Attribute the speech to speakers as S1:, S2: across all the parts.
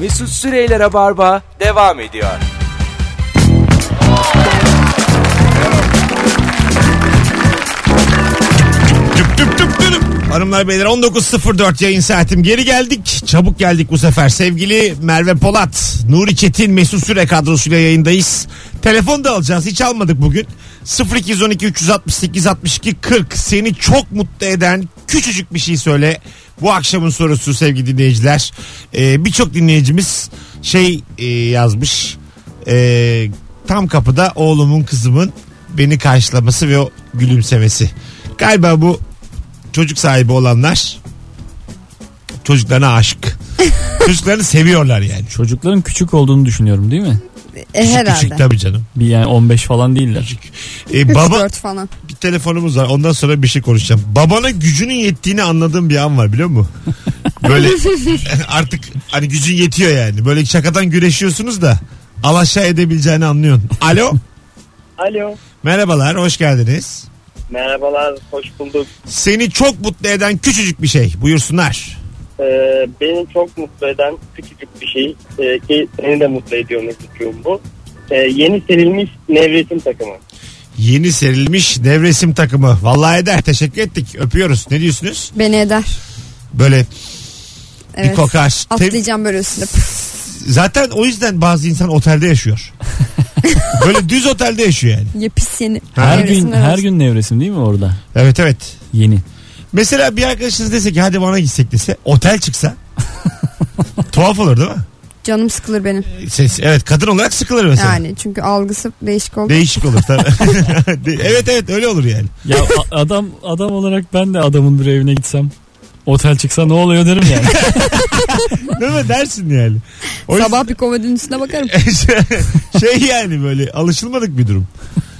S1: Mesut Süreyler'e barba devam ediyor.
S2: Tüp tüp tüp tüp. Hanımlar beyler 19.04 yayın saatim geri geldik. Çabuk geldik bu sefer. Sevgili Merve Polat, Nuri Çetin, Mesut Süre kadrosuyla yayındayız. Telefon da alacağız. Hiç almadık bugün. 0212 368 62 40 seni çok mutlu eden küçücük bir şey söyle. Bu akşamın sorusu sevgili dinleyiciler. Ee, Birçok dinleyicimiz şey e, yazmış. Ee, tam kapıda oğlumun kızımın beni karşılaması ve o gülümsemesi. Galiba bu çocuk sahibi olanlar çocuklarına aşık. Çocuklarını seviyorlar yani.
S3: Çocukların küçük olduğunu düşünüyorum değil mi?
S4: E,
S2: Küçük
S4: herhalde.
S2: küçük tabii canım.
S3: Bir yani 15 falan değiller.
S2: Küçük. Ee,
S4: Üç,
S2: baba
S4: dört falan.
S2: bir telefonumuz var. Ondan sonra bir şey konuşacağım. Babana gücünün yettiğini anladığım bir an var biliyor musun? Böyle artık hani gücün yetiyor yani. Böyle şakadan güreşiyorsunuz da alaşağı edebileceğini anlıyorsun. Alo.
S5: Alo.
S2: Merhabalar, hoş geldiniz.
S5: Merhabalar, hoş bulduk.
S2: Seni çok mutlu eden küçücük bir şey. Buyursunlar.
S5: Ee, beni çok mutlu eden küçücük bir şey ee, ki seni de mutlu ediyor Mesut'cuğum bu. Ee, yeni serilmiş Nevresim takımı.
S2: Yeni serilmiş nevresim takımı. Vallahi eder. Teşekkür ettik. Öpüyoruz. Ne diyorsunuz?
S4: Beni eder.
S2: Böyle bir
S4: Evet.
S2: kokar. Tem-
S4: Atlayacağım böyle üstüne.
S2: Zaten o yüzden bazı insan otelde yaşıyor. Böyle düz otelde yaşıyor yani.
S4: Yepis yeni.
S3: Her gün
S4: Nevresimler
S3: her
S4: olsun.
S3: gün nevresim değil mi orada?
S2: Evet evet.
S3: Yeni.
S2: Mesela bir arkadaşınız dese ki hadi bana gitsek dese otel çıksa tuhaf olur değil mi?
S4: Canım sıkılır benim.
S2: Ses, evet kadın olarak sıkılır mesela.
S4: Yani çünkü algısı değişik oldu.
S2: Değişik olur tabii. De- evet evet öyle olur yani.
S3: Ya a- adam adam olarak ben de adamın bir evine gitsem otel çıksa ne oluyor derim yani.
S2: Değil mi dersin yani. O yüzden-
S4: Sabah bir komedinin üstüne bakarım.
S2: şey yani böyle alışılmadık bir durum.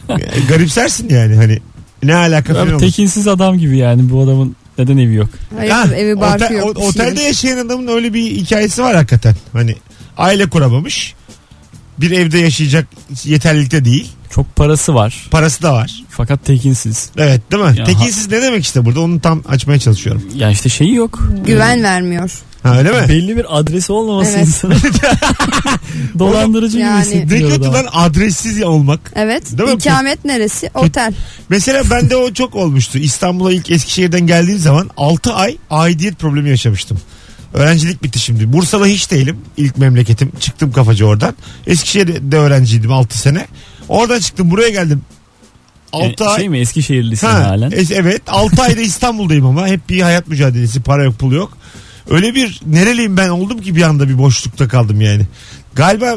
S2: Yani Garipsersin yani hani ne alaka
S3: Abi
S2: falan olur.
S3: tekinsiz adam gibi yani bu adamın neden evi yok?
S4: Hayır
S2: Ha,
S4: evi barkı
S2: otel-
S4: yok.
S2: o-
S4: bir şey
S2: otelde
S4: yok.
S2: yaşayan adamın öyle bir hikayesi var hakikaten. Hani aile kuramamış. Bir evde yaşayacak yeterlilikte değil.
S3: Çok parası var
S2: Parası da var.
S3: fakat tekinsiz.
S2: Evet değil mi?
S3: Ya
S2: Tekinsiz ne demek işte burada onu tam açmaya çalışıyorum.
S3: Yani işte şeyi yok.
S4: Güven vermiyor.
S2: Ha öyle mi?
S3: Belli bir adresi olmaması
S4: Evet.
S3: insanı. Dolandırıcı gibi
S4: Yani-
S2: Ne
S3: hissettiriyor
S2: kötü
S3: adamı.
S2: lan adressiz olmak.
S4: Evet.
S2: Değil mi?
S4: İkamet neresi? Otel.
S2: Mesela bende o çok olmuştu. İstanbul'a ilk Eskişehir'den geldiğim zaman 6 ay aidiyet problemi yaşamıştım. Öğrencilik bitti şimdi. Bursa'da hiç değilim. İlk memleketim. Çıktım kafacı oradan. Eskişehir'de öğrenciydim 6 sene. Oradan çıktım buraya geldim. 6
S3: Yani
S2: ay.
S3: şey mi Eskişehirlisin
S2: Ha, e-
S3: halen?
S2: es- evet 6 ayda İstanbul'dayım ama hep bir hayat mücadelesi para yok pul yok. Öyle bir nereliyim ben oldum ki bir anda bir boşlukta kaldım yani. Galiba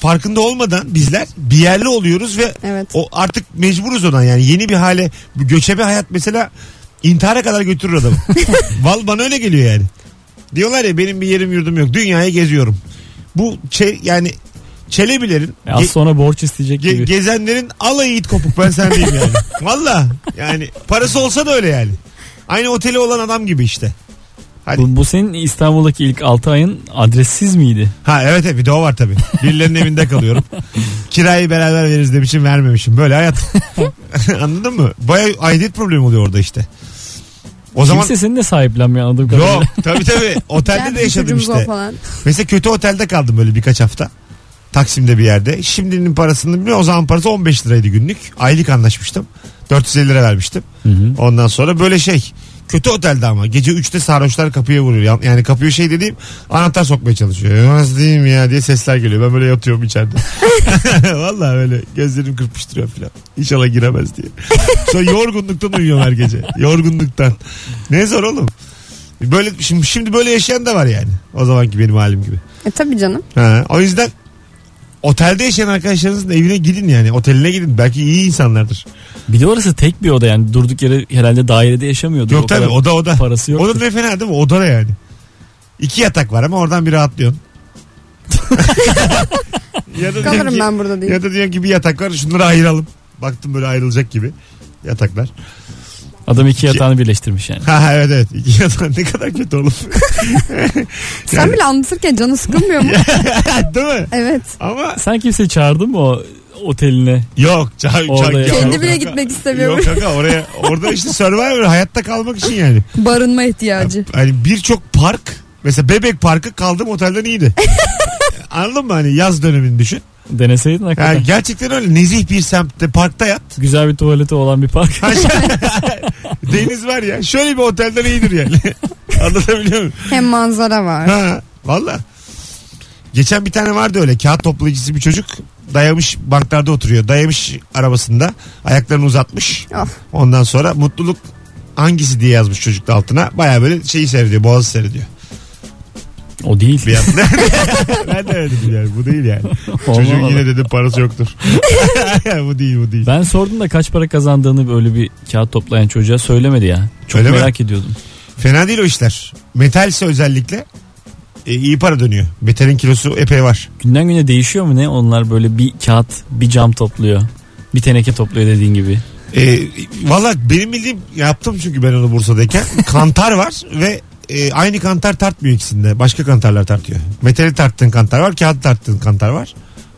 S2: farkında olmadan bizler bir yerli oluyoruz ve
S4: Evet.
S2: o artık mecburuz ona yani yeni bir hale bu göçebe hayat mesela intihara kadar götürür adamı. Val bana öyle geliyor yani. Diyorlar ya benim bir yerim yurdum yok dünyaya geziyorum. Bu çe- yani Çelebilerin
S3: Ya Az
S2: ge-
S3: sonra borç isteyecek
S2: Ge-
S3: gibi.
S2: gezenlerin alayı it kopuk ben sen diyeyim yani. Valla yani parası olsa da öyle yani. Aynı oteli olan adam gibi işte. Hadi.
S3: Bu, bu senin İstanbul'daki ilk 6 ayın adressiz miydi?
S2: Ha evet evet bir de o var tabii. Birilerinin evinde kalıyorum. Kirayı beraber veririz demişim vermemişim. Böyle hayat. Anladın mı? Baya aidiyet problemi oluyor orada işte. O zaman
S3: Kimse seni de sahiplenmiyor anladığım kadarıyla.
S2: Yok tabii tabii otelde
S4: Gel
S2: de yaşadım
S4: çocuğumuz ol
S2: işte.
S4: Falan.
S2: Mesela kötü otelde kaldım böyle birkaç hafta. Taksim'de bir yerde. Şimdinin parasını bilmiyorum. O zaman parası 15 liraydı günlük. Aylık anlaşmıştım. 450 lira vermiştim.
S3: hı.
S2: Ondan sonra böyle şey. Kötü otelde ama. Gece 3'te sarhoşlar kapıya vuruyor. Ya- Yani kapıyı şey dediğim anahtar sokmaya çalışıyor. Nasıl diyeyim ya diye sesler geliyor. Ben böyle yatıyorum içeride. Vallahi böyle gözlerimi kırpıştırıyor falan. İnşallah giremez diye. Sonra yorgunluktan uyuyorum her gece. Yorgunluktan. Ne zor oğlum. Böyle şimdi, şimdi böyle yaşayan da var yani. O zamanki benim halim gibi.
S4: E tabii canım.
S2: Ha, o yüzden otelde yaşayan arkadaşlarınızın evine gidin yani. Oteline gidin. Belki iyi insanlardır.
S3: Bir de orası tek bir oda yani durduk yere herhalde dairede yaşamıyordu.
S2: Yok tabii oda oda.
S3: parası yok.
S2: Oda ne fena değil mi? Oda da yani. İki yatak var ama oradan biri atlıyorsun. ya da diyorsun
S4: Kalırım
S2: ki,
S4: ben burada değil.
S2: ya da diyorsun ki bir yatak var şunları ayıralım. Baktım böyle ayrılacak gibi yataklar.
S3: Adam iki yatağını birleştirmiş yani.
S2: Ha ha, evet evet. İki yatak ne kadar kötü oğlum.
S4: Sen bile anlatırken canı sıkılmıyor mu?
S2: değil mi?
S4: evet.
S2: Ama
S3: Sen kimseyi çağırdın mı o oteline?
S2: yok. Çak,
S3: Orada
S2: çak,
S3: Ya
S4: Kendi bile
S2: Yok,
S4: gitmek istemiyor.
S2: Yok kanka oraya orada işte Survivor hayatta kalmak için yani.
S4: Barınma ihtiyacı.
S2: Hani birçok park Mesela Bebek Parkı kaldığım otelden iyiydi. Anladın mı hani yaz dönemini düşün.
S3: Deneseydin hakikaten.
S2: Yani gerçekten öyle nezih bir semtte parkta yat.
S3: Güzel bir tuvaleti olan bir park.
S2: Deniz var ya. Şöyle bir otelden iyidir yani. Anlatabiliyor muyum?
S4: Hem manzara var.
S2: Ha, valla. Geçen bir tane vardı öyle kağıt toplayıcısı bir çocuk dayamış banklarda oturuyor. Dayamış arabasında ayaklarını uzatmış.
S4: Of.
S2: Ondan sonra mutluluk hangisi diye yazmış çocuk da altına. Baya böyle şeyi seyrediyor boğazı seyrediyor.
S3: o değil.
S2: Bir an. ben de öyle dedim yani bu değil yani. Çocuğun
S3: Olmamalı.
S2: yine dedi parası yoktur. bu değil bu değil.
S3: Ben sordum da kaç para kazandığını böyle bir kağıt toplayan çocuğa söylemedi ya. Çok
S2: Öyle mi?
S3: merak ediyordum.
S2: Fena değil o işler. Metalse özellikle e, iyi para dönüyor. Metalin kilosu epey var.
S3: Günden güne değişiyor mu ne? Onlar böyle bir kağıt, bir cam topluyor. Bir teneke topluyor dediğin gibi.
S2: E, Valla benim bildiğim yaptım çünkü ben onu Bursa'dayken. kantar var ve e, aynı kantar tartmıyor ikisinde. Başka kantarlar tartıyor. Metali tarttığın kantar var, kağıt tarttığın kantar var.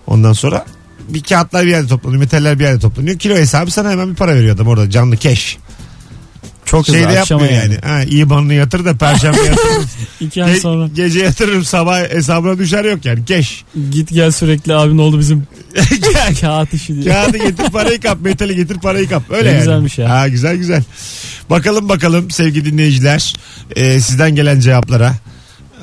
S2: Ondan sonra bir kağıtlar bir yerde toplanıyor, metaller bir yerde toplanıyor. Kilo hesabı sana hemen bir para veriyor adam orada canlı cash.
S3: Çok
S2: Şey de
S3: hızlı
S2: yapmıyor
S3: akşama yani.
S2: yani. Ha, iyi banını yatır da perşembe yatırırım.
S3: İki ay
S2: Ge-
S3: sonra
S2: Gece yatırırım sabah hesabına düşer yok yani cash.
S3: git gel sürekli abi ne oldu bizim kağıt işi diye.
S2: Kağıdı getir parayı kap. Metali getir parayı kap. Öyle
S3: Ne
S2: yani.
S3: güzelmiş ya.
S2: Ha, güzel güzel. Bakalım bakalım sevgili dinleyiciler. e, sizden gelen cevaplara.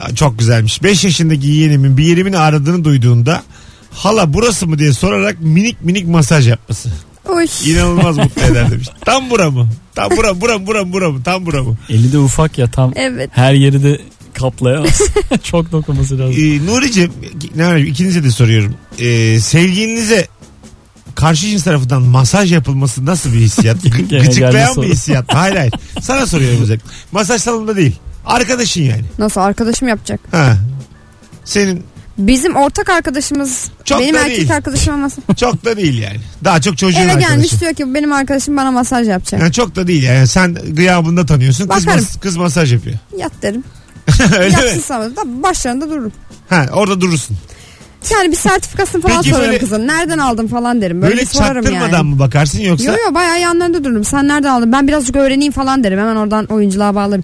S2: Aa, Çok güzelmiş. 5 yaşındaki yeğenimin bir yerimin ağrıdığını duyduğunda hala burası mı diye sorarak minik minik masaj yapması.
S4: Uy.
S2: İnanılmaz mutlu eder demiş. Tam bura mı? Tam bura mı? Bura mı? Bura mı? Bura mı? Tam bura mı?
S3: Eli de ufak ya tam
S4: Evet.
S3: her yeri de kaplayamaz. Çok dokunması lazım.
S2: Ee, Nuri'cim ne var, ikinize de soruyorum. Ee, sevgilinize karşı cins tarafından masaj yapılması nasıl bir hissiyat? Gı-
S3: Gene geldi
S2: Gıcıklayan
S3: soru.
S2: bir hissiyat. Hayır hayır. Sana soruyorum özellikle. Masaj salonunda değil. Arkadaşın yani.
S4: Nasıl arkadaşım yapacak?
S2: Ha. Senin
S4: Bizim ortak arkadaşımız
S2: Çok
S4: benim
S2: da
S4: erkek
S2: değil.
S4: arkadaşıma masaj.
S2: çok da değil yani. Daha çok çocuğun
S4: Eve
S2: arkadaşı.
S4: gelmiş diyor ki "Bu benim arkadaşım bana masaj yapacak.
S2: Yani çok da değil yani. Sen gıyabında tanıyorsun. Kız,
S4: Bakarım.
S2: mas- kız masaj yapıyor.
S4: Yat derim.
S2: Öyle
S4: Yatsın
S2: mi?
S4: sana da başlarında dururum.
S2: Ha, orada durursun.
S4: Yani bir sertifikasını falan
S2: Peki
S4: sorarım
S2: böyle-
S4: kızın. Nereden aldın falan derim. Böyle,
S2: Böyle
S4: bir sorarım
S2: çaktırmadan
S4: yani.
S2: mı bakarsın yoksa?
S4: Yo yo bayağı yanlarında dururum. Sen nereden aldın? Ben birazcık öğreneyim falan derim. Hemen oradan oyunculuğa bağlarım.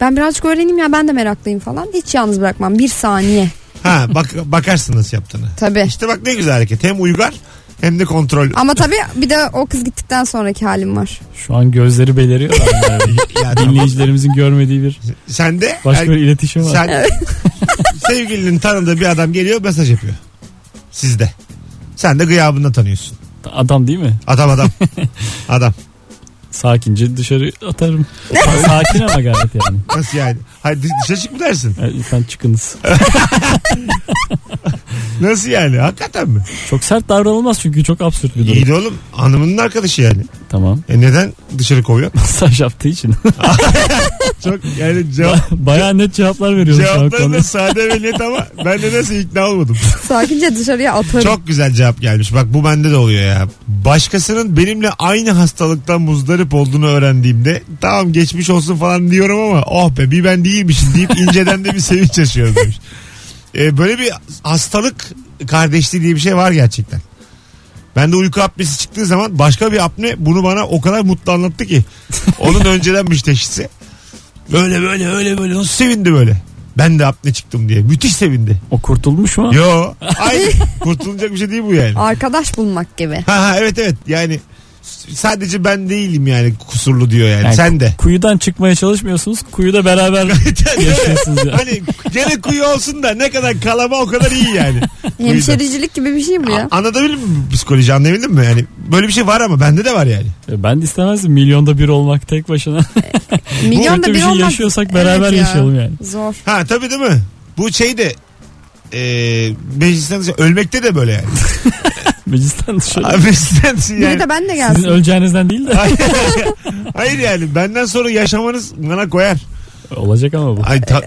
S4: Ben birazcık öğreneyim ya ben de meraklıyım falan. Hiç yalnız bırakmam. Bir saniye.
S2: Ha, bak, bakarsın nasıl yaptığını.
S4: Tabii.
S2: İşte bak ne güzel hareket. Hem uygar hem de kontrol.
S4: Ama tabii bir de o kız gittikten sonraki halim var.
S3: Şu an gözleri beleriyor. da.
S2: Ya tamam.
S3: Dinleyicilerimizin görmediği bir
S2: Sen de
S3: başka bir
S2: yani
S3: iletişim var.
S2: sen sevgilinin tanıdığı bir adam geliyor mesaj yapıyor. Sizde. Sen de gıyabında tanıyorsun.
S3: Adam değil mi?
S2: Adam adam. adam.
S3: Sakince dışarı atarım. Sakin ama gayet yani.
S2: Nasıl yani? Hayır dış- dışarı çık mı dersin?
S3: Yani Lütfen çıkınız.
S2: Nasıl yani? Hakikaten mi?
S3: Çok sert davranılmaz çünkü çok absürt bir durum.
S2: İyi de oğlum hanımının arkadaşı yani.
S3: Tamam.
S2: E neden dışarı kovuyorsun?
S3: Masaj yaptığı için.
S2: Çok yani cevap,
S3: Bayağı net cevaplar veriyorum şu an
S2: cevapların
S3: konuda.
S2: da sade ve net ama ben de nasıl ikna olmadım.
S4: Sakince dışarıya atarım.
S2: Çok güzel cevap gelmiş. Bak bu bende de oluyor ya. Başkasının benimle aynı hastalıktan muzdarip olduğunu öğrendiğimde tamam geçmiş olsun falan diyorum ama oh be bir ben değilmişim deyip inceden de bir sevinç yaşıyorum demiş. Ee, böyle bir hastalık kardeşliği diye bir şey var gerçekten. Ben de uyku apnesi çıktığı zaman başka bir apne bunu bana o kadar mutlu anlattı ki. Onun öncedenmiş teşhisi. Böyle böyle öyle böyle nasıl sevindi böyle. Ben de apne çıktım diye. Müthiş sevindi.
S3: O kurtulmuş mu?
S2: Yo. Aynı. Kurtulacak bir şey değil bu yani.
S4: Arkadaş bulmak gibi.
S2: Ha, ha evet evet yani s- sadece ben değilim yani kusurlu diyor yani,
S3: Yani
S2: sen de.
S3: Kuyudan çıkmaya çalışmıyorsunuz. Kuyuda beraber yaşıyorsunuz ya.
S2: hani gene kuyu olsun da ne kadar kalama o kadar iyi yani.
S4: Hemşericilik gibi bir şey bu ya.
S2: A- Anladabildin mi psikoloji anlayabildin mi? Yani böyle bir şey var ama bende de var yani.
S3: E, Ben de istemezdim milyonda bir olmak tek başına.
S4: Milyon
S3: Kötü
S4: da
S3: bir
S4: bir
S3: şey
S4: olmak.
S3: yaşıyorsak beraber
S4: ya.
S3: yaşayalım yani.
S4: Zor.
S2: Ha tabii değil mi? Bu şey de e, meclisten dışarı- ölmekte de böyle yani.
S3: Meclisten dışarı.
S2: Ha, meclisten dışarı
S4: Biri
S2: yani.
S4: de ben de
S3: Sizin
S4: gelsin.
S3: öleceğinizden değil de.
S2: Hayır, Hayır yani benden sonra yaşamanız bana koyar.
S3: Olacak ama bu.
S2: Ay, ta-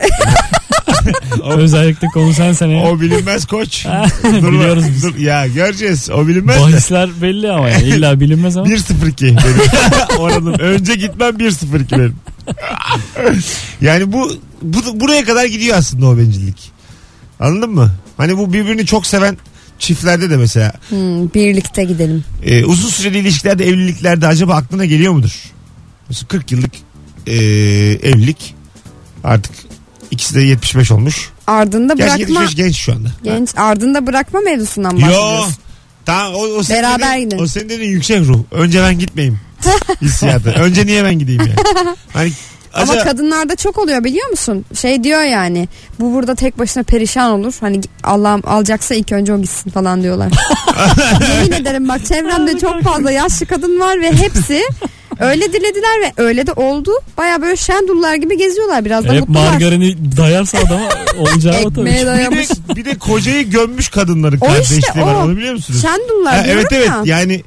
S3: Özellikle konu sen seneye.
S2: O bilinmez koç.
S3: Biliyoruz
S2: Dur,
S3: biz.
S2: dur. Ya göreceğiz. O bilinmez. de.
S3: Bahisler belli ama yani. İlla bilinmez ama.
S2: 1-0-2 benim oranım. Önce gitmem 1-0-2 benim. yani bu, bu buraya kadar gidiyor aslında o bencillik. Anladın mı? Hani bu birbirini çok seven çiftlerde de mesela
S4: Hmm, birlikte gidelim.
S2: e, uzun süreli ilişkilerde evliliklerde acaba aklına geliyor mudur? Mesela 40 yıllık e, evlilik artık İkisi de 75 olmuş.
S4: Ardında
S2: Gerçi
S4: bırakma
S2: 75 genç şu anda.
S4: genç ardında bırakma mevzusundan
S2: Yo.
S4: bahsediyorsun.
S2: Tamam o, o senin
S4: Beraber
S2: dediğin-
S4: gidin.
S2: O senin dediğin yüksek ruh. Önce ben gitmeyeyim. Hissiyatı. Önce niye ben gideyim yani? Hani
S4: Ama
S2: acaba-
S4: kadınlarda çok oluyor biliyor musun? Şey diyor yani bu burada tek başına perişan olur. Hani Allah'ım alacaksa ilk önce o gitsin falan diyorlar. Yemin ederim bak çevremde çok fazla yaşlı kadın var ve hepsi öyle dilediler ve öyle de oldu. Baya böyle şendullar gibi geziyorlar biraz da
S3: E, Hep
S4: mutlular.
S3: margarini dayarsa adama olacağı o tabii.
S4: Ekmeğe
S2: bir,
S4: dayamış.
S2: de, bir de kocayı gömmüş kadınların
S4: O
S2: kardeşliği
S4: işte
S2: var.
S4: o.
S2: Onu biliyor musunuz?
S4: Şendullar
S2: Ha,
S4: diyorum
S2: evet evet
S4: ya.
S2: yani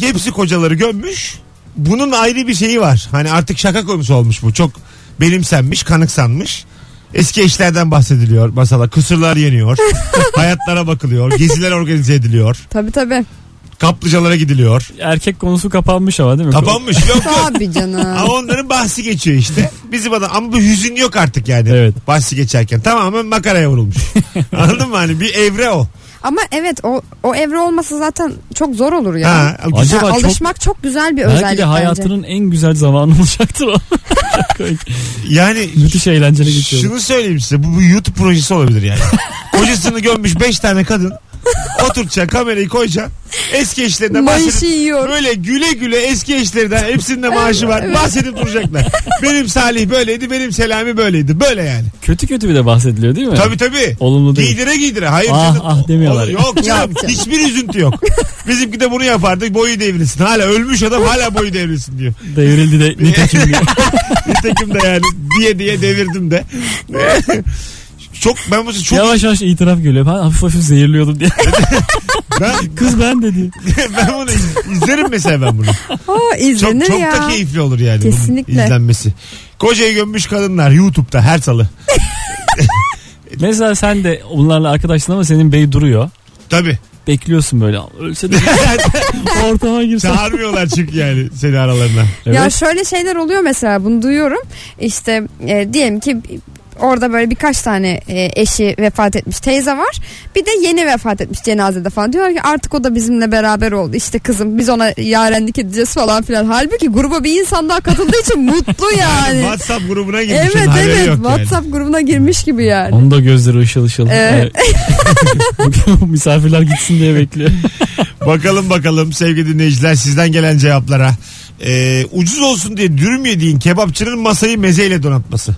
S2: hepsi kocaları gömmüş. Bunun ayrı bir şeyi var. Hani artık şaka konusu olmuş bu. Çok benimsenmiş, kanıksanmış. Eski eşlerden bahsediliyor mesela. Kısırlar yeniyor. hayatlara bakılıyor. Geziler organize ediliyor.
S4: Tabii tabii.
S2: Kaplıcalara gidiliyor.
S3: Erkek konusu kapanmış ama değil mi?
S2: Kapanmış. Yok yok.
S4: Tabii canım.
S2: Ama onların bahsi geçiyor işte. Bizim adam ama bu hüzün yok artık yani.
S3: Evet.
S2: Bahsi geçerken tamamen makaraya vurulmuş. Anladın mı hani bir evre o.
S4: Ama evet o o evre olması zaten çok zor olur ya.
S2: Ha, güzel.
S3: Acaba
S4: Yani
S3: çok-
S4: alışmak çok güzel bir özellik
S3: Belki de
S4: bence.
S3: hayatının en güzel zamanı olacaktır o.
S2: Yani
S3: Müthiş eğlenceli geçiyor.
S2: şunu söyleyeyim size bu, bu YouTube projesi olabilir yani. Kocasını gömmüş 5 tane kadın. Oturtacaksın kamerayı koyacaksın. Eski eşlerinden
S4: Mayışı
S2: bahsedip
S4: yiyor.
S2: böyle güle güle eski eşlerinden hepsinde maaşı var. Bahsedip duracaklar. Benim Salih böyleydi, benim Selami böyleydi. Böyle yani.
S3: Kötü kötü bir de bahsediliyor değil mi?
S2: Tabii tabii.
S3: Olumlu değil.
S2: Giydire giydire. Hayır
S3: Ah,
S2: canım.
S3: ah demiyorlar.
S2: Oğlum Yok canım.
S4: Yok canım.
S2: Hiçbir üzüntü yok. Bizimki de bunu yapardık. Boyu devrilsin. Hala ölmüş adam hala boyu devrilsin diyor.
S3: Devrildi de nitekim diye.
S2: Nitekim de yani diye diye devirdim de. çok ben bu çok
S3: Yavaş yavaş itiraf geliyor. Ben hafif hafif zehirliyordum diye.
S2: ben,
S3: Kız ben dedi.
S2: ben bunu iz- izlerim mesela ben bunu.
S4: Aa,
S2: Çok
S4: izlenir
S2: çok
S4: ya.
S2: da keyifli olur yani bunun
S4: Kesinlikle.
S2: izlenmesi. Kocayı gömmüş kadınlar YouTube'da her salı.
S3: Mesela sen de onlarla arkadaşsın ama senin bey duruyor.
S2: Tabii.
S3: Bekliyorsun böyle. Ölse de ortama girsen.
S2: Çağırmıyorlar çünkü yani seni aralarına.
S4: Ya
S3: Evet.
S4: şöyle şeyler oluyor mesela bunu duyuyorum. İşte e, diyelim ki orada böyle birkaç tane e, eşi vefat etmiş teyze var. Bir de yeni vefat etmiş cenazede falan. Diyorlar ki artık o da bizimle beraber oldu. İşte kızım biz ona yarenlik edeceğiz falan filan. Halbuki gruba bir insan daha katıldığı için mutlu yani.
S2: WhatsApp grubuna girmişsin.
S4: evet
S2: haberi yok
S4: evet
S2: yani.
S4: WhatsApp grubuna girmiş gibi yani.
S3: Onun da gözleri ışıl
S2: Ee?
S3: ışıl.
S4: Evet.
S3: Evet. Misafirler gitsin diye bekliyor.
S2: Bakalım bakalım sevgili dinleyiciler sizden gelen cevaplara. Ee, ucuz olsun diye dürüm yediğin kebapçının masayı mezeyle donatması.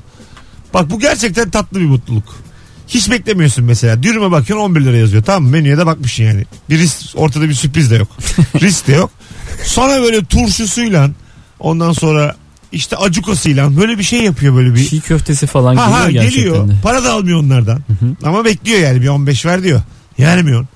S2: Bak bu gerçekten tatlı bir mutluluk. Hiç beklemiyorsun mesela. Dürüme bakıyorsun 11 lira yazıyor. Tamam mı? menüye de bakmışsın yani. Bir risk, ortada bir sürpriz de yok. risk de yok. Sonra böyle turşusuyla ondan sonra işte acukasıyla böyle bir şey yapıyor böyle bir.
S3: Çiğ köftesi falan
S2: Ha
S3: geliyor
S2: ha
S3: gerçekten
S2: geliyor.
S3: de.
S2: Para da almıyor onlardan. Ama bekliyor yani bir 15 ver diyor. Yermiyor.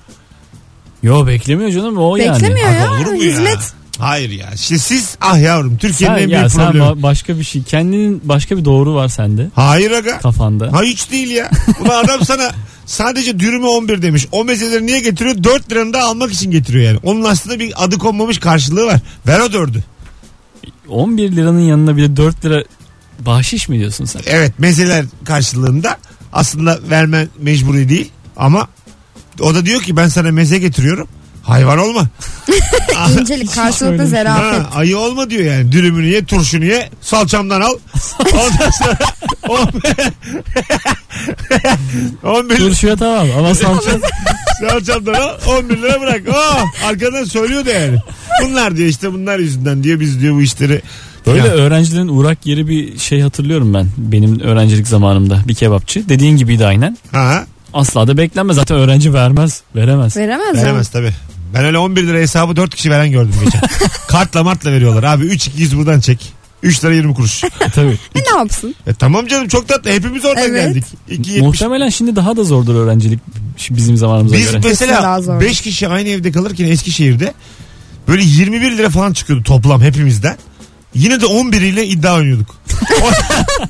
S3: Yo beklemiyor canım o yani.
S4: Beklemiyor
S2: Abi
S4: ya.
S2: olur mu
S4: Hizmet.
S2: ya? Hayır ya. İşte siz ah yavrum Türkiye'nin
S3: Sen,
S2: en
S3: ya
S2: büyük
S3: sen
S2: problemi.
S3: ba- başka bir şey. Kendinin başka bir doğru var sende.
S2: Hayır aga.
S3: Kafanda.
S2: Ha hiç değil ya. Ulan adam sana sadece dürümü 11 demiş. O mezeleri niye getiriyor? 4 liranı da almak için getiriyor yani. Onun aslında bir adı konmamış karşılığı var. Ver o 4'ü.
S3: 11 liranın yanına bir de 4 lira bahşiş mi diyorsun sen?
S2: Evet mezeler karşılığında aslında verme mecburi değil. Ama o da diyor ki ben sana meze getiriyorum. Hayvan olma. Ah,
S4: İncelik karşılıklı
S2: şey
S3: Hiç öyle
S4: zerafet.
S2: Ha, ayı olma diyor yani. Dürümünü ye, turşunu ye, salçamdan al. Ondan sonra 11 lira
S3: Turşuya tamam ama salça
S2: salçamdan al, 11 lira bırak. Oh, arkadan söylüyor da yani. Bunlar diyor işte bunlar yüzünden diyor biz diyor bu işleri.
S3: Böyle
S2: Ya,
S3: öğrencilerin uğrak yeri bir şey hatırlıyorum ben. Benim öğrencilik zamanımda bir kebapçı. Dediğin gibiydi aynen.
S2: ha,
S3: Asla da beklenmez. Zaten öğrenci vermez. Veremez.
S4: Veremez, ya.
S2: veremez tabii. Ben öyle 11 lira hesabı 4 kişi veren gördüm geçen. Kartla martla veriyorlar abi 3 200 buradan çek. 3 lira 20 kuruş.
S3: E, Tabii.
S4: E, ne yapsın?
S2: E, tamam canım çok tatlı. Hepimiz oradan
S4: Evet.
S2: geldik. 2.70
S3: Muhtemelen şimdi daha da zordur öğrencilik şu bizim zamanımıza
S2: Biz
S3: göre.
S4: Kesin daha
S2: mesela
S4: zor.
S2: 5 kişi aynı evde kalırken Eskişehir'de böyle 21 lira falan çıkıyordu toplam hepimizden. Yine de 11 ile iddia oynuyorduk.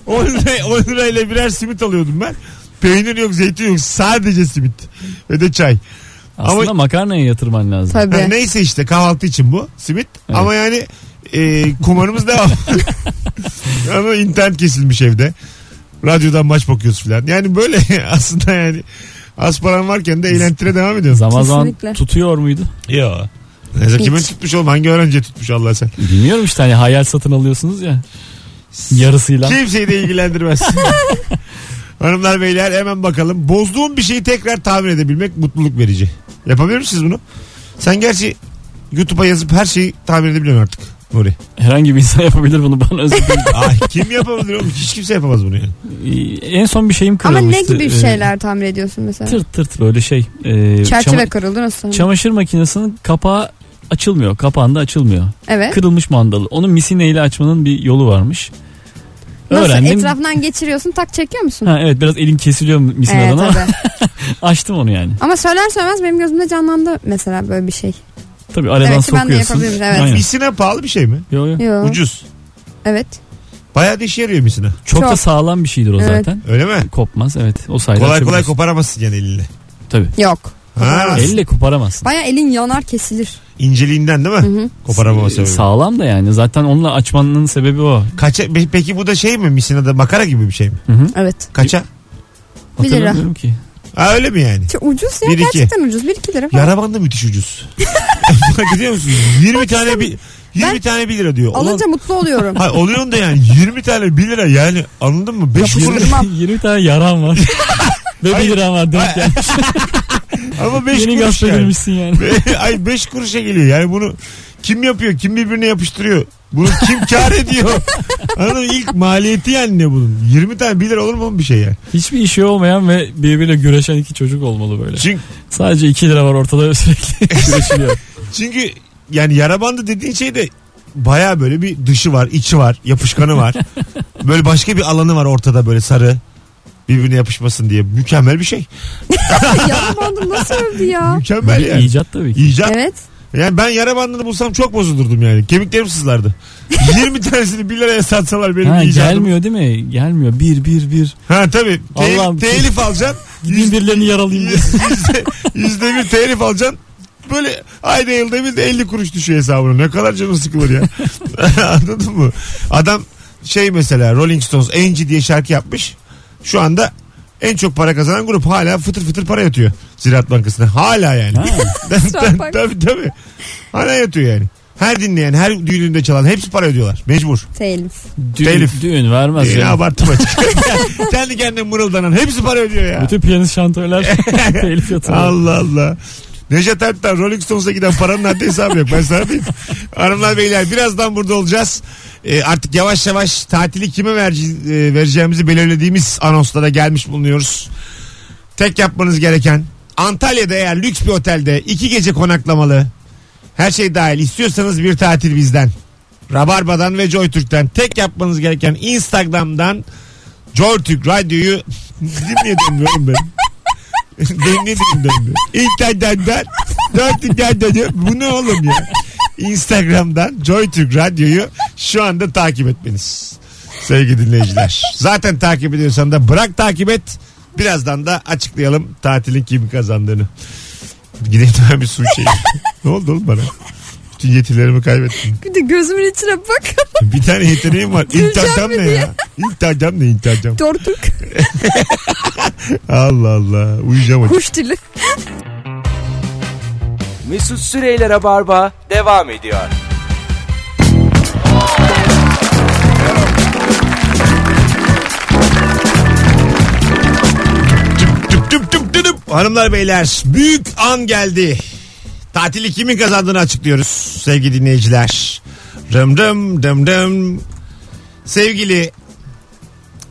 S2: 10 lira, 10 lirayla birer simit alıyordum ben. Peynir yok, zeytin yok. Sadece simit. Ve de çay.
S3: Aslında
S2: Ama-
S3: makarnaya yatırman lazım.
S4: Tabii.
S2: Ha, neyse işte kahvaltı için bu simit.
S3: Evet.
S2: Ama yani e, kumarımız devam. Ama internet kesilmiş evde. Radyodan maç bakıyoruz falan. Yani böyle aslında yani az paran varken de eğlentire devam ediyorsun.
S3: Zaman
S4: Kesinlikle.
S3: zaman tutuyor muydu?
S2: Yo. Neyse
S4: Hiç.
S2: kimin tutmuş oğlum hangi öğrenciye tutmuş Allah sen.
S3: Bilmiyorum işte hani hayal satın alıyorsunuz ya. yarısıyla.
S2: Kimseyi de ilgilendirmez. Hanımlar beyler hemen bakalım. Bozduğun bir şeyi tekrar tamir edebilmek mutluluk verici. Yapabilir misiniz bunu? Sen gerçi YouTube'a yazıp her şeyi tamir edebiliyorsun artık. Nuri.
S3: Herhangi bir insan yapabilir bunu bana özür dilerim.
S2: Ay kim yapabilir oğlum? Hiç kimse yapamaz bunu yani.
S3: Ee, en son bir şeyim
S4: Ama
S3: kırılmıştı.
S4: ne gibi
S3: Ee,
S2: e,
S4: şeyler tamir ediyorsun mesela?
S3: Tırt tırt böyle şey. Ee,
S4: Çerçeve
S3: çama-
S4: kırıldı nasıl?
S3: çamaşır makinesinin kapağı açılmıyor. Kapağında açılmıyor.
S4: evet.
S3: Kırılmış mandalı. Onu misineyle açmanın bir yolu varmış.
S4: Nasıl
S3: Öğrendim.
S4: etrafından geçiriyorsun tak çekiyor musun?
S3: Ha, evet biraz elim kesiliyor misinadan
S4: Evet,
S3: ama
S4: tabii.
S3: açtım onu yani.
S4: Ama söyler söylemez benim gözümde canlandı mesela böyle bir şey.
S3: Tabii aradan
S4: Evet ki ben de
S3: sokuyorsun.
S4: yapabilirim, evet.
S3: Aynen.
S2: Misina pahalı bir şey mi?
S3: Yo, yo.
S4: Yo.
S2: Ucuz.
S4: Evet.
S2: Bayağı da işe yarıyor misina.
S3: Çok, da
S4: Çok.
S3: sağlam bir şeydir o
S4: Evet.
S3: zaten.
S2: Öyle mi?
S3: Kopmaz evet. O sayede
S2: Kolay kolay
S3: açabiliyorsun.
S2: koparamazsın yani elinle.
S3: Tabii.
S4: Yok.
S2: Ha,
S3: Elle koparamazsın.
S4: Baya elin yanar kesilir.
S2: inceliğinden değil mi?
S4: Hı hı.
S2: Koparamama
S3: Ee,
S2: sebebi.
S3: Sağlam da yani. Zaten onunla açmanın sebebi o.
S2: Kaça, pe- peki bu da şey mi? Misina'da makara gibi bir şey mi?
S3: Hı hı.
S4: Evet.
S2: Kaça?
S4: Bir lira.
S3: Hatırlamıyorum ki.
S2: Ha öyle mi yani?
S4: Çok ucuz ya
S2: Bir iki.
S4: gerçekten ucuz. 1-2 lira falan.
S2: Yaraban da müthiş ucuz. Fark ediyor musunuz? 20 tane bir 20
S4: Ben
S2: tane 1 lira diyor. Ulan-
S4: Alınca mutlu oluyorum.
S2: Ha, oluyorsun da yani 20 tane 1 lira yani anladın mı? 5 kuruş.
S4: Yapıştırmam.
S3: 20 tane yaram var. Ve bir
S2: Hayır.
S3: liram var denk gelmiş.
S2: Ama 5
S3: Yeni
S2: kuruş
S3: gasp
S2: yani.
S3: edilmişsin yani.
S2: Ay 5 kuruşa geliyor. Yani bunu kim yapıyor? Kim birbirine yapıştırıyor? Bunu kim kar ediyor? Anladın mı? İlk maliyeti yani ne bunun? 20 tane 1 lira olur mu oğlum bir şey yani?
S3: Hiçbir işi olmayan ve birbiriyle güreşen iki çocuk olmalı böyle.
S2: Çünkü,
S3: Sadece 2 lira var ortada sürekli güreşiliyor.
S2: çünkü yani yara bandı dediğin şey de baya böyle bir dışı var, içi var, yapışkanı var. böyle başka bir alanı var ortada böyle sarı. Birbirine yapışmasın diye. Mükemmel bir şey.
S4: Yara bandı nasıl öldü ya?
S2: Mükemmel
S3: Bir
S2: yani.
S3: icat tabii ki.
S2: İcat.
S4: Evet.
S2: Yani ben yara bandını bulsam çok bozulurdum yani. Kemiklerim sızlardı. 20 tanesini 1 liraya satsalar benim
S3: Ha,
S2: icadım.
S3: gelmiyor değil mi? Gelmiyor. Bir bir bir.
S2: Ha tabii. Te-
S3: Allah'ım.
S2: telif alacaksın.
S3: Gideyim birilerini yaralayayım diye.
S2: yüzde, yüzde bir telif alacaksın. Böyle ayda yılda bir de 50 kuruş düşüyor hesabına. Ne kadar canı sıkılır ya. Anladın mı? Adam şey mesela Rolling Stones Angie diye şarkı yapmış. Şu anda en çok para kazanan grup hala fıtır fıtır para yatıyor. Ziraat Bankası'na. Hala yani.
S3: Ha.
S4: Ziraat Bankası.
S2: tabii tabii. Hala yatıyor yani. Her dinleyen, her düğününde çalan hepsi para ödüyorlar. Mecbur.
S4: Telif.
S3: Düğün,
S2: Telif.
S3: düğün vermez
S2: Yine
S3: ya.
S2: abarttım açık. Kendi kendine mırıldanan hepsi para ödüyor ya.
S3: Bütün piyanist şantörler telif yatırıyor.
S2: Allah Allah. Necdet Ertan Rolling Stones'a giden paranın haddi hesabı yok. Ben sana diyeyim. Hanımlar beyler birazdan burada olacağız. Ee, artık yavaş yavaş tatili kime verci- e, vereceğimizi belirlediğimiz anonslara gelmiş bulunuyoruz. Tek yapmanız gereken Antalya'da eğer lüks bir otelde iki gece konaklamalı her şey dahil istiyorsanız bir tatil bizden. Rabarba'dan ve JoyTürk'ten tek yapmanız gereken Instagram'dan JoyTürk Radyo'yu dinle demiyorum ben. Dinle demiyorum. İnternetten JoyTürk Radyo'yu bu ne oğlum ya? Instagram'dan JoyTürk Radyo'yu şu anda takip etmeniz. Sevgili dinleyiciler. Zaten takip ediyorsan da bırak takip et. Birazdan da açıklayalım tatilin kim kazandığını. Gideyim ben bir su içeyim. ne oldu oğlum bana? Bütün yetilerimi kaybettim.
S4: Bir de gözümün içine bak.
S2: Bir tane yeteneğim var.
S4: Güleceğim
S2: İntercam
S4: mi
S2: ne
S4: diye.
S2: ya? İntercam ne intercam?
S4: Tortuk.
S2: Allah Allah. Uyuyacağım acı.
S4: Kuş dili.
S1: Mesut Süreyler'e barba devam ediyor.
S2: Tüp tüp tüp tüp tüp tüp. Hanımlar beyler büyük an geldi. Tatili kimin kazandığını açıklıyoruz sevgili dinleyiciler. Dım dım dım dım. Sevgili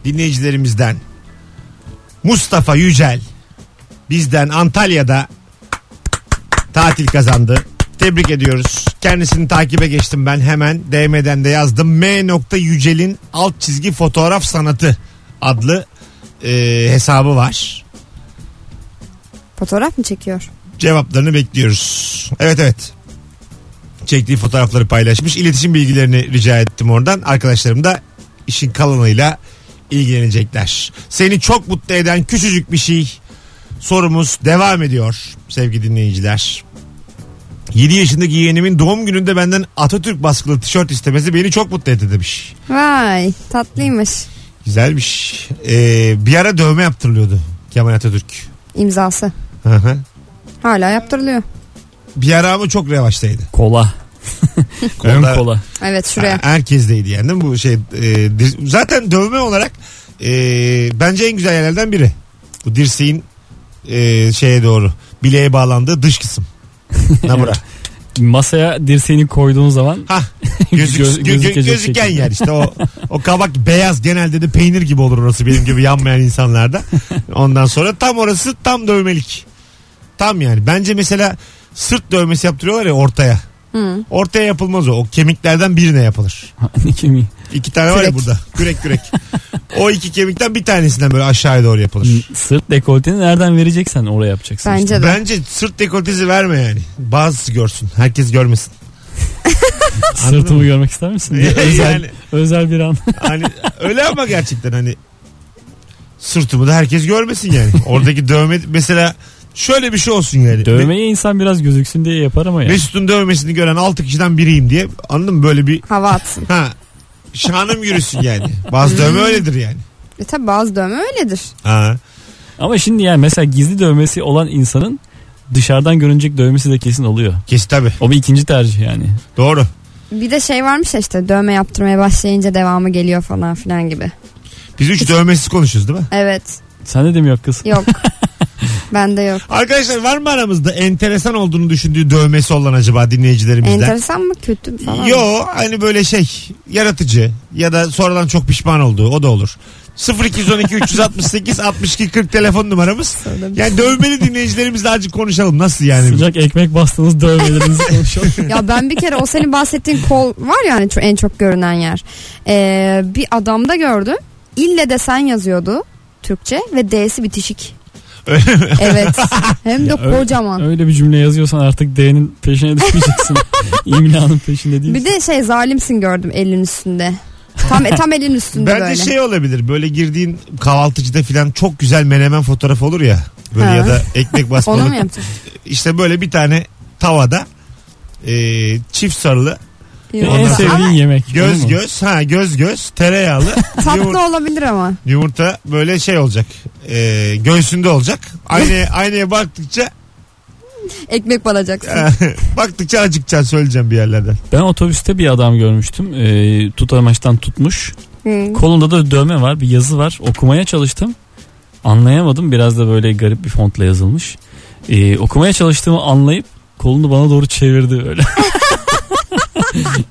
S2: dinleyicilerimizden Mustafa Yücel bizden Antalya'da tatil kazandı. Tebrik ediyoruz. Kendisini takibe geçtim ben hemen. DM'den de yazdım. M. Yücel'in alt çizgi fotoğraf sanatı adlı e, hesabı var.
S4: Fotoğraf mı çekiyor?
S2: Cevaplarını bekliyoruz. Evet evet. Çektiği fotoğrafları paylaşmış. İletişim bilgilerini rica ettim oradan. Arkadaşlarım da işin kalanıyla ilgilenecekler. Seni çok mutlu eden küçücük bir şey sorumuz devam ediyor sevgili dinleyiciler. 7 yaşındaki yeğenimin doğum gününde benden Atatürk baskılı tişört istemesi beni çok mutlu etti demiş.
S4: Vay tatlıymış.
S2: Güzelmiş. Ee, bir ara dövme yaptırılıyordu Kemal Atatürk.
S4: İmzası.
S2: Hı hı.
S4: Hala yaptırılıyor.
S2: bir ara ama çok revaçtaydı.
S3: Kola. Ön
S2: Kolda-
S3: kola.
S4: Evet şuraya.
S2: Herkesteydi yani değil mi bu şey? e, dir- zaten dövme olarak e, bence en güzel yerlerden biri. Bu dirseğin e, şeye doğru bileğe bağlandığı dış kısım. Nabra.
S3: Masaya dirseğini koyduğun zaman
S2: Hah. Gözük,
S3: Göz-
S2: gö-
S3: gözükecek
S2: gö- gözüken
S3: şekilde.
S2: yer işte o o kabak beyaz genelde de peynir gibi olur orası benim gibi yanmayan insanlarda. Ondan sonra tam orası tam dövmelik. Tam yani. Bence mesela sırt dövmesi yaptırıyorlar ya ortaya. Ortaya yapılmaz o. O kemiklerden birine yapılır.
S3: hani ne kemiği.
S2: İki tane var ya
S4: Kürek.
S2: burada. Kürek kürek. o iki kemikten bir tanesinden böyle aşağıya doğru yapılır.
S3: Sırt dekolteni nereden vereceksen oraya yapacaksın. işte.
S4: Bence de.
S2: Bence sırt dekoltesi verme yani. Bazısı görsün. Herkes görmesin.
S3: Sırtımı görmek ister misin? Bir özel,
S2: Yani-
S3: özel bir an.
S2: Hani öyle ama gerçekten hani sırtımı da herkes görmesin yani. Oradaki dövme mesela şöyle bir şey olsun yani. Me-
S3: Dövmeyi insan biraz gözüksün diye yapar ama ya.
S2: Mesut'un dövmesini gören 6 kişiden biriyim diye anladın mı böyle bir
S4: Hava atsın.
S2: ha şanım yürüsün yani. Bazı dövme öyledir yani.
S4: E tabi bazı dövme öyledir.
S2: Ha.
S3: Ama şimdi yani mesela gizli dövmesi olan insanın dışarıdan görünecek dövmesi de kesin oluyor.
S2: Kesin tabi.
S3: O bir ikinci tercih yani.
S2: Doğru.
S4: Bir de şey varmış ya işte dövme yaptırmaya başlayınca devamı geliyor falan filan gibi.
S2: Biz 3 dövmesiz konuşuyoruz değil mi?
S4: Evet.
S3: Sen de mi yok kız?
S4: Yok. Bende yok.
S2: Arkadaşlar var mı aramızda enteresan olduğunu düşündüğü dövmesi olan acaba dinleyicilerimizden?
S4: Enteresan mı kötü mü falan? mı?
S2: Yo hani böyle şey yaratıcı ya da sonradan çok pişman olduğu o da olur. 0212 368 62 40 telefon numaramız. Yani dövmeli dinleyicilerimizle azıcık konuşalım. Nasıl yani?
S3: Sıcak ekmek bastığınız dövmelerinizi konuşalım.
S4: Ya ben bir kere o senin bahsettiğin kol var ya hani ço- en çok görünen yer. Ee, bir adamda gördüm. İlle desen yazıyordu Türkçe ve D'si bitişik.
S2: Öyle
S4: Evet. Hem de
S3: öyle-
S4: kocaman.
S3: Öyle bir cümle yazıyorsan artık D'nin peşine düşmeyeceksin. İmlanın peşinde değil.
S4: Bir de şey zalimsin gördüm elin üstünde. Tam tam elin üstünde
S2: Bence
S4: böyle.
S2: şey olabilir. Böyle girdiğin kahvaltıcıda falan çok güzel menemen fotoğrafı olur ya. Böyle
S4: Ha.
S2: ya da ekmek
S4: Onu mu
S2: basmalı.
S4: yapacağız?
S2: işte böyle bir tane tavada e, çift sarılı
S3: en
S4: Yok.
S3: şey
S2: Ondan-
S3: sevdiğin yemek. değil
S2: göz
S3: mi?
S2: göz ha göz göz tereyağlı yumurta-
S4: Tatlı olabilir ama.
S2: Yumurta böyle şey olacak. E, göğsünde olacak. Aynaya, aynaya baktıkça e,
S4: Ekmek balacaksın.
S2: baktıkça acıkacaksın söyleyeceğim bir yerlerden.
S3: Ben otobüste bir adam görmüştüm. Ee, tutamaçtan tutmuş.
S4: Hı.
S3: Kolunda da dövme var. Bir yazı var. Okumaya çalıştım. Anlayamadım. Biraz da böyle garip bir fontla yazılmış. Ee, okumaya çalıştığımı anlayıp kolunu bana doğru çevirdi böyle.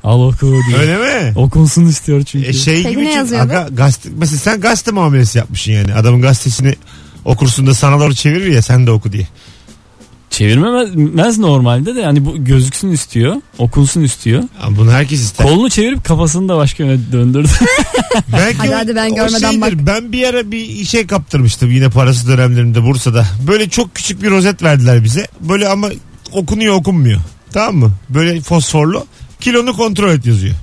S3: Al oku diyor.
S2: Öyle mi?
S3: Okunsun istiyor çünkü.
S2: E şey
S4: Peki
S2: gibi
S4: ne
S2: çünkü
S4: yazıyordu?
S2: aga, gazete, mesela sen gazete muamelesi yapmışsın yani. Adamın gazetesini okursun da sana doğru çevirir ya sen de oku diye.
S3: Çevirmemez normalde de yani bu gözüksün istiyor. Okunsun istiyor.
S2: Ama bunu herkes ister.
S3: Kolunu çevirip kafasını da başka yöne döndürdü.
S2: Belki
S4: Hadi
S2: o-
S4: hadi ben
S2: o
S4: görmeden
S2: şeydir.
S4: bak.
S2: Ben bir ara bir işe kaptırmıştım yine parası dönemlerinde Bursa'da. Böyle çok küçük bir rozet verdiler bize. Böyle ama okunuyor okunmuyor. Tamam mı? Böyle fosforlu. Kilonu kontrol et yazıyor.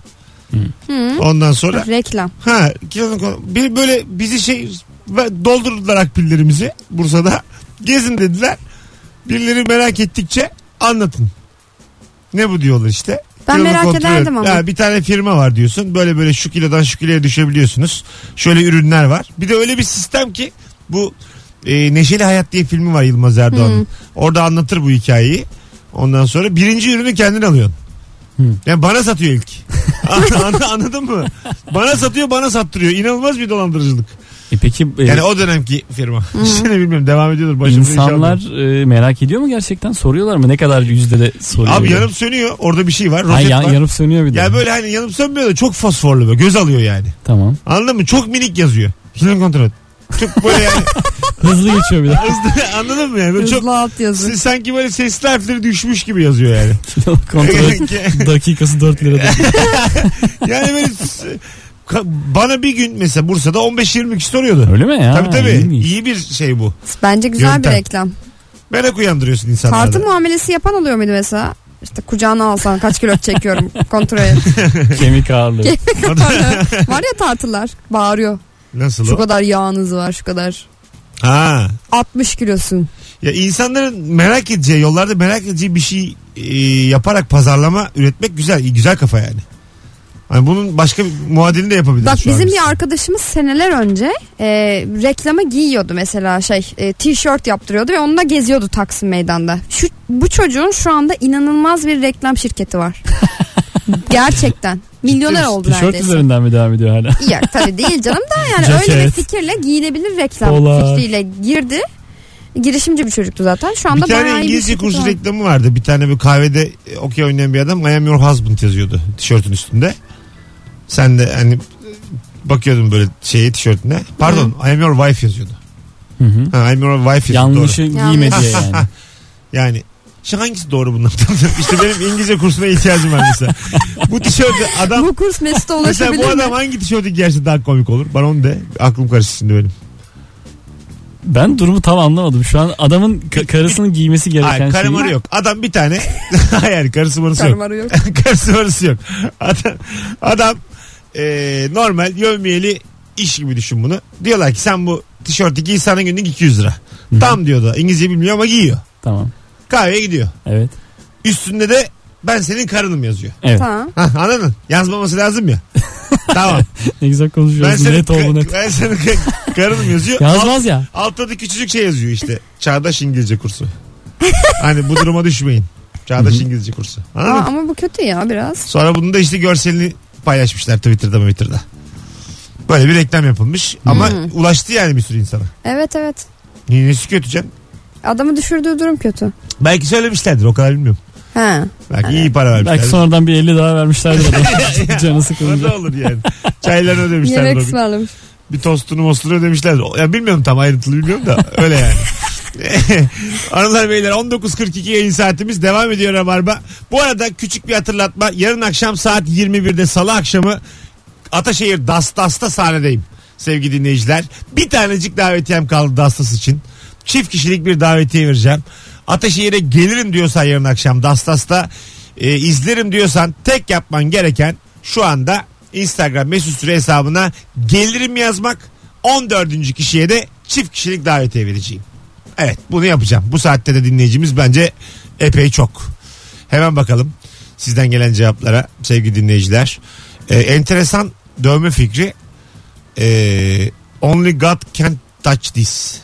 S2: Ondan sonra
S4: Reklam.
S2: Ha, kilonun konu- bir böyle bizi şey ve- doldurdular akbillerimizi Bursa'da. Gezin dediler. Birileri merak ettikçe anlatın. Ne bu diyorlar işte.
S4: Ben
S2: Kilonu
S4: merak
S2: kontrol
S4: ederdim
S2: et.
S4: ama.
S2: Ha, bir tane firma var diyorsun. Böyle böyle şu kilodan şu kiloya düşebiliyorsunuz. Şöyle ürünler var. Bir de öyle bir sistem ki bu e, Neşeli Hayat diye filmi var Yılmaz Erdoğan'ın.
S4: Hmm.
S2: Orada anlatır bu hikayeyi. Ondan sonra birinci ürünü kendin alıyorsun. Yani bana satıyor ilk. An- an- Anladın mı? Bana satıyor bana sattırıyor. İnanılmaz bir dolandırıcılık.
S3: E peki e,
S2: Yani o dönemki firma. Şimdi bilmiyorum devam ediyordur başımıza inşallah.
S3: insanlar e, merak ediyor mu gerçekten? Soruyorlar mı? Ne kadar yüzde de soruyor?
S2: Abi yanıp sönüyor. Orada bir şey var. Rozet
S3: Ay, ya-
S2: var.
S3: yanıp sönüyor bir de.
S2: Ya böyle hani yanıp sönmüyor da çok fosforlu böyle. Göz alıyor yani.
S3: Tamam.
S2: Anladın mı? Çok minik yazıyor. Kilon kontrol. Çok böyle yani
S3: Hızlı geçiyor bir de.
S2: hızlı anladın mı yani? Böyle çok
S4: Hızlı alt yazı.
S2: s- sanki böyle sesli harfleri düşmüş gibi yazıyor yani.
S3: Kontrol dakikası 4 lira. da.
S2: yani böyle s- ka- bana bir gün mesela Bursa'da 15-20 kişi soruyordu.
S3: Öyle mi ya?
S2: Tabii tabii.
S3: İyiymiş.
S2: İyi bir şey bu.
S4: Bence güzel
S2: Yöntem.
S4: bir reklam.
S2: Merak uyandırıyorsun insanlarda.
S4: Tartı muamelesi yapan oluyor muydu mesela? İşte kucağına alsan kaç kilo çekiyorum kontrol et.
S3: Kemik ağırlığı.
S4: var ya tartılar bağırıyor.
S2: Nasıl
S4: Şu
S2: o?
S4: kadar yağınız var şu kadar.
S2: Ha.
S4: 60 kilosun.
S2: Ya insanların merak edeceği yollarda merak edeceği bir şey e, yaparak pazarlama üretmek güzel. İyi, Güzel kafa yani. Hani bunun başka bir muadilini de yapabiliriz
S4: Bak
S2: şu an
S4: bizim
S2: biz.
S4: bir arkadaşımız seneler önce e, reklama giyiyordu mesela şey e, tişört yaptırıyordu ve onunla geziyordu Taksim Meydan'da. Şu, bu çocuğun şu anda inanılmaz bir reklam şirketi var. Gerçekten. Milyoner
S3: Tişört-
S4: oldu
S3: Tişört
S4: neredeyse.
S3: üzerinden mi devam ediyor hala?
S4: Ya tabii değil canım da yani öyle bir
S3: Ceket.
S4: fikirle giyinebilir reklam
S3: Polar.
S4: fikriyle girdi. Girişimci bir çocuktu zaten. Şu
S2: Bir
S4: anda bayağı iyi
S2: tane
S4: bir
S2: İngilizce
S4: şirketi
S2: kursu
S4: var.
S2: reklamı vardı. Bir tane bir kahvede e, okey oynayan bir adam I am your husband yazıyordu tişörtün üstünde. Sen de hani e, bakıyordun böyle şeye tişörtüne. Pardon I am your wife yazıyordu.
S3: Hı hı.
S2: Ha, I am your wife yazıyordu.
S3: Yanlışı
S2: Doğru.
S3: giyme diye yani.
S2: Yani şu hangisi doğru bundan? işte benim İngilizce kursuna ihtiyacım var mesela. Bu tişörtü adam
S4: Bu kurs Mesut'a
S2: Mesela bu
S4: ulaşabilir
S2: adam
S4: mi?
S2: hangi tişörtü giyerse daha komik olur? Bana onu de. Aklım karıştı şimdi benim.
S3: Ben durumu tam anlamadım. Şu an adamın ka- karısının giymesi gereken
S2: Hayır
S3: şey.
S2: karı marı yok. Adam bir tane. Hayır karısı marısı yok.
S4: Karım yok.
S2: karısı marısı yok. Adam, adam e, normal yövmiyeli iş gibi düşün bunu. Diyorlar ki sen bu tişörtü giy sana günlük 200 lira. Tam diyor da İngilizce bilmiyor ama giyiyor.
S3: Tamam.
S2: Kahveye gidiyor.
S3: Evet.
S2: Üstünde de ben senin karınım yazıyor.
S3: Evet.
S4: Tamam.
S2: Hah, anladın? Yazmaması lazım ya. tamam.
S3: Ne güzel
S2: Ben
S3: konuşuyorsun.
S2: senin,
S3: Net
S2: ka-
S3: oldu net.
S2: ben senin ka- karınım yazıyor.
S3: Yazmaz ya.
S2: Altta da küçücük şey yazıyor işte. Çağdaş İngilizce kursu. hani bu duruma düşmeyin. Çağdaş İngilizce kursu.
S4: Aa,
S2: Anladın mı?
S4: ama bu kötü ya biraz.
S2: Sonra bunun da işte görselini paylaşmışlar Twitter'da Twitter'da. Böyle bir reklam yapılmış ama ulaştı yani bir sürü insana.
S4: Evet evet.
S2: Niye nesi kötü canım?
S4: Adamı düşürdüğü durum kötü.
S2: Belki söylemişlerdir o kadar bilmiyorum.
S4: He.
S2: Belki iyi para vermişlerdir.
S3: Belki sonradan bir 50 daha vermişlerdir adama. Canı
S2: O da
S3: sıkılınca.
S2: olur yani. Çaylarını ödemişlerdir.
S4: Yemek
S2: o gün.
S4: ısmarlamış.
S2: Bir tostunu mostunu ödemişlerdir. O- Ya bilmiyorum tam ayrıntılı bilmiyorum da öyle yani. Hanımlar beyler 19.42 yayın saatimiz devam ediyor Rabarba. Bu arada küçük bir hatırlatma. Yarın akşam saat 21'de salı akşamı Ataşehir Das Das'ta sahnedeyim. Sevgili dinleyiciler. Bir tanecik davetiyem kaldı Dastas için. Çift kişilik bir davetiye vereceğim. Ataşehir'e gelirim diyorsan yarın akşam Dastas'ta e, izlerim diyorsan tek yapman gereken şu anda Instagram mesut süre hesabına gelirim yazmak 14. kişiye de çift kişilik davetiye vereceğim. Evet bunu yapacağım. Bu saatte de dinleyicimiz bence epey çok. Hemen bakalım sizden gelen cevaplara sevgili dinleyiciler. Ee, enteresan dövme fikri. Ee, only God can touch this.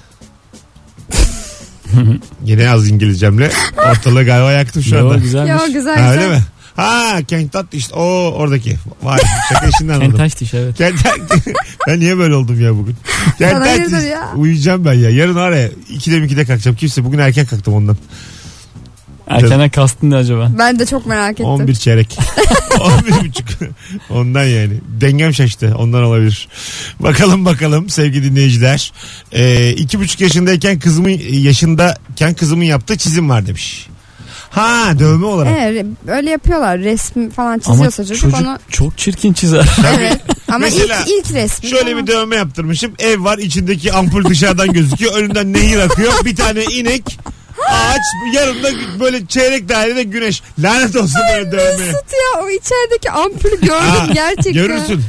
S2: Yine az İngilizcemle ortalığı galiba yaktım şu anda.
S3: Yo,
S4: Ya
S3: güzelmiş.
S4: güzel
S2: Ha,
S4: güzel.
S2: öyle mi? Ha can touch this. O oradaki. Vay şaka işinden anladım.
S3: Kentaş diş evet.
S2: Can touch- ben niye böyle oldum ya bugün? Can
S4: Sana
S2: touch
S4: hayırdır
S2: this.
S4: ya?
S2: Uyuyacağım ben ya. Yarın var ya 2'de 2'de kalkacağım. Kimse bugün erken kalktım ondan.
S3: Erkene kastın ne acaba?
S4: Ben de çok merak ettim.
S2: 11 çeyrek. 11 buçuk. Ondan yani. Dengem şaştı. Ondan olabilir. Bakalım bakalım sevgili dinleyiciler. Ee, iki buçuk yaşındayken kızımın yaşındayken kızımın yaptığı çizim var demiş. Ha dövme olarak.
S4: Ee, re- öyle yapıyorlar. Resim falan
S3: Ama
S4: çiziyorsa
S3: çocuk,
S4: çocuk, onu.
S3: çok çirkin çizer.
S4: Evet. Ama
S2: Mesela
S4: ilk ilk resmi.
S2: Şöyle bir dövme yaptırmışım. Ev var içindeki ampul dışarıdan gözüküyor. Önünden nehir akıyor. Bir tane inek. Ağaç yanında böyle çeyrek dairede güneş. Lanet olsun böyle dövmeye.
S4: Mesut ya o içerideki ampulü
S2: Ha,
S4: gördüm gerçekten.
S2: Görürsün.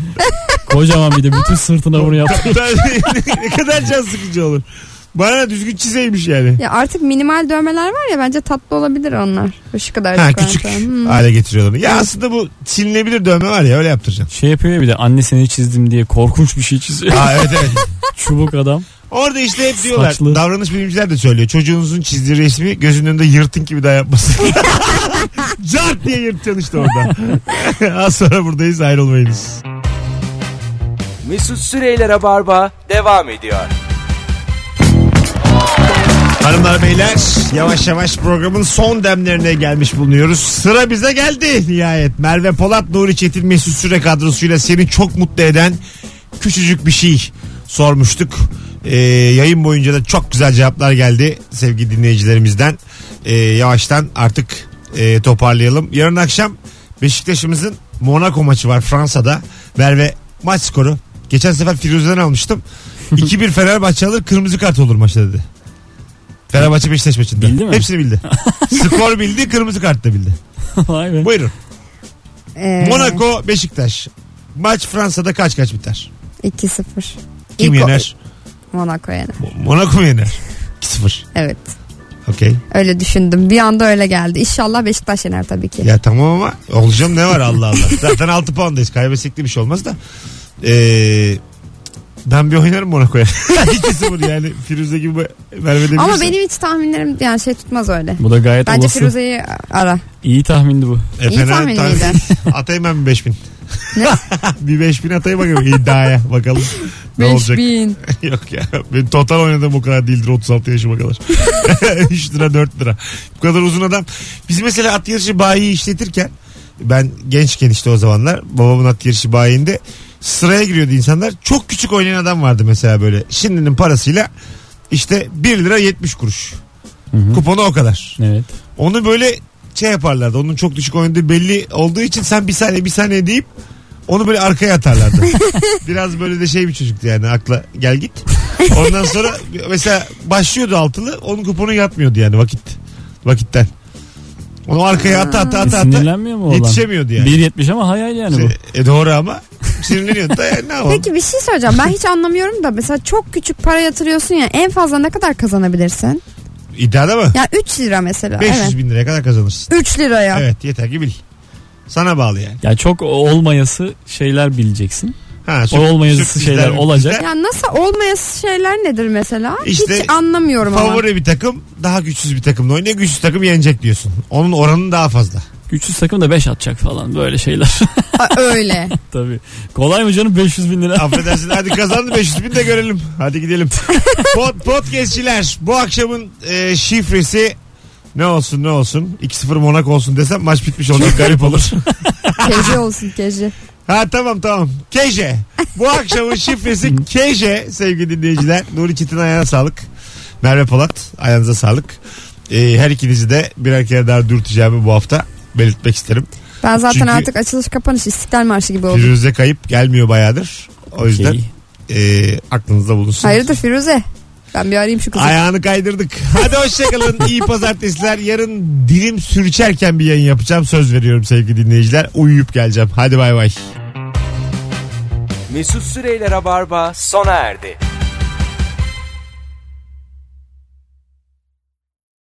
S3: Kocaman bir de bütün sırtına bunu yaptı.
S2: Tabii, ne kadar can sıkıcı olur. Bana düzgün çizeymiş yani.
S4: Ya artık minimal dövmeler var ya bence tatlı olabilir onlar. Şu kadar.
S2: Ha küçük
S4: Hmm.
S2: hale getiriyorlar. Ya aslında bu silinebilir dövme var ya öyle yaptıracağım.
S3: Şey yapıyor ya bir de anne seni çizdim diye korkunç bir şey çiziyor.
S2: Ha evet evet.
S3: Çubuk adam.
S2: Orada işte hep diyorlar.
S3: Saçlı.
S2: Davranış bilimciler de söylüyor. Çocuğunuzun çizdiği resmi gözünün önünde yırtın gibi daha yapmasın. Cart diye yırtacaksın işte orada. Az sonra buradayız ayrılmayınız.
S1: Mesut Süreyler'e barba devam ediyor.
S2: Hanımlar beyler yavaş yavaş programın son demlerine gelmiş bulunuyoruz. Sıra bize geldi nihayet. Merve Polat, Nuri Çetin, Mesut Süre kadrosuyla seni çok mutlu eden küçücük bir şey sormuştuk. Ee, yayın boyunca da çok güzel cevaplar geldi sevgili dinleyicilerimizden. Ee, yavaştan artık e, toparlayalım. Yarın akşam Beşiktaş'ımızın Monaco maçı var Fransa'da. Merve maç skoru. Geçen sefer Firuze'den almıştım. 2-1 Fenerbahçe alır kırmızı kart olur maçta dedi. Fenerbahçe Beşiktaş maçında.
S3: Bildi mi?
S2: Hepsini bildi. Skor bildi, kırmızı kart da bildi.
S3: Vay be.
S2: Buyurun.
S4: Ee,
S2: Monaco Beşiktaş. Maç Fransa'da kaç kaç biter?
S4: 2-0.
S2: Kim
S4: İlk o-
S2: yener?
S4: Monaco yener.
S2: Mo- Monaco mu yener? 2-0.
S4: Evet.
S2: Okey.
S4: Öyle düşündüm. Bir anda öyle geldi. İnşallah Beşiktaş yener tabii ki.
S2: Ya tamam ama olacağım ne var Allah Allah. Zaten 6 puandayız. Kaybetsek de bir şey olmaz da. Ee, Ben bir oynarım Monaco'ya. 2-0 yani Firuze gibi Merve debilirsin.
S4: Ama benim hiç tahminlerim yani şey tutmaz öyle.
S3: Bu da gayet
S4: Bence
S3: olası.
S4: Firuze'yi ara.
S3: İyi tahmindi bu.
S2: E,
S4: İyi
S2: fena
S4: tahmin
S2: tahmin.
S4: iyiydi.
S2: Atayım ben bir 5000.
S4: Ne?
S2: bir 5000 atayım bakayım iddiaya bakalım. Ne olacak?
S4: 5000.
S2: Yok ya. Benim total oynadığım o kadar değildir 36 yaşıma kadar. 3 lira 4 lira. Bu kadar uzun adam. Biz mesela at yarışı bayi işletirken ben gençken işte o zamanlar babamın at yarışı bayinde sıraya giriyordu insanlar. Çok küçük oynayan adam vardı mesela böyle. Şimdinin parasıyla işte 1 lira 70 kuruş.
S3: Hı hı.
S2: Kuponu o kadar.
S3: Evet.
S2: Onu böyle şey yaparlardı. Onun çok düşük oynadığı belli olduğu için sen bir saniye bir saniye deyip onu böyle arkaya atarlardı. Biraz böyle de şey bir çocuktu yani akla gel git. Ondan sonra mesela başlıyordu altılı onun kuponu yatmıyordu yani vakit vakitten. Onu arkaya ata ata
S3: E,
S2: ata ata.
S3: sinirlenmiyor mu oğlan?
S2: Yetişemiyordu yani.
S3: 1.70 ama hayal yani bu.
S2: E, doğru ama sinirleniyordu da yani ne yapalım.
S4: Peki bir şey söyleyeceğim. Ben hiç anlamıyorum da mesela çok küçük para yatırıyorsun ya en fazla ne kadar kazanabilirsin?
S2: İddiada mı?
S4: Ya 3 lira mesela.
S2: 500
S4: evet.
S2: bin liraya kadar kazanırsın.
S4: 3 liraya.
S2: Evet yeter ki bil. Sana bağlı yani.
S3: Ya çok olmayası şeyler bileceksin.
S2: Ha, sür-
S3: Olmayası
S2: sürprizler,
S3: şeyler
S2: sürprizler.
S3: olacak.
S4: Ya nasıl olmayası şeyler nedir mesela?
S2: İşte
S4: hiç anlamıyorum ama.
S2: Favori bir takım daha güçsüz bir takımla oynuyor. Güçsüz takım yenecek diyorsun. Onun oranı daha fazla.
S3: Güçsüz takım da 5 atacak falan böyle şeyler.
S4: Aa, öyle.
S3: Tabii. Kolay mı canım 500 bin lira?
S2: Affedersin hadi kazandı 500 bin de görelim. Hadi gidelim. Pod, podcastçiler bu akşamın e, şifresi ne olsun ne olsun 2-0 Monaco olsun desem maç bitmiş olacak garip olur.
S4: Keji olsun keji.
S2: Ha tamam tamam. Keje. Bu akşamın şifresi Keje sevgili dinleyiciler. Nuri Çetin ayağına sağlık. Merve Polat ayağınıza sağlık. E, her ikinizi de birer kere daha dürteceğimi bu hafta belirtmek isterim.
S4: Ben zaten
S2: Çünkü-
S4: artık açılış kapanış İstiklal Marşı gibi oldum.
S2: Firuze kayıp gelmiyor bayağıdır. O yüzden
S3: Okey.
S2: e, aklınızda bulunsun.
S4: Hayırdır Firuze? Ben bir arayayım şu kızı.
S2: Ayağını kaydırdık. Hadi hoşçakalın. İyi pazartesiler. Yarın dilim sürçerken bir yayın yapacağım. Söz veriyorum sevgili dinleyiciler. Uyuyup geleceğim. Hadi bay bay.
S1: Mesut Süreyler'e barba sona erdi.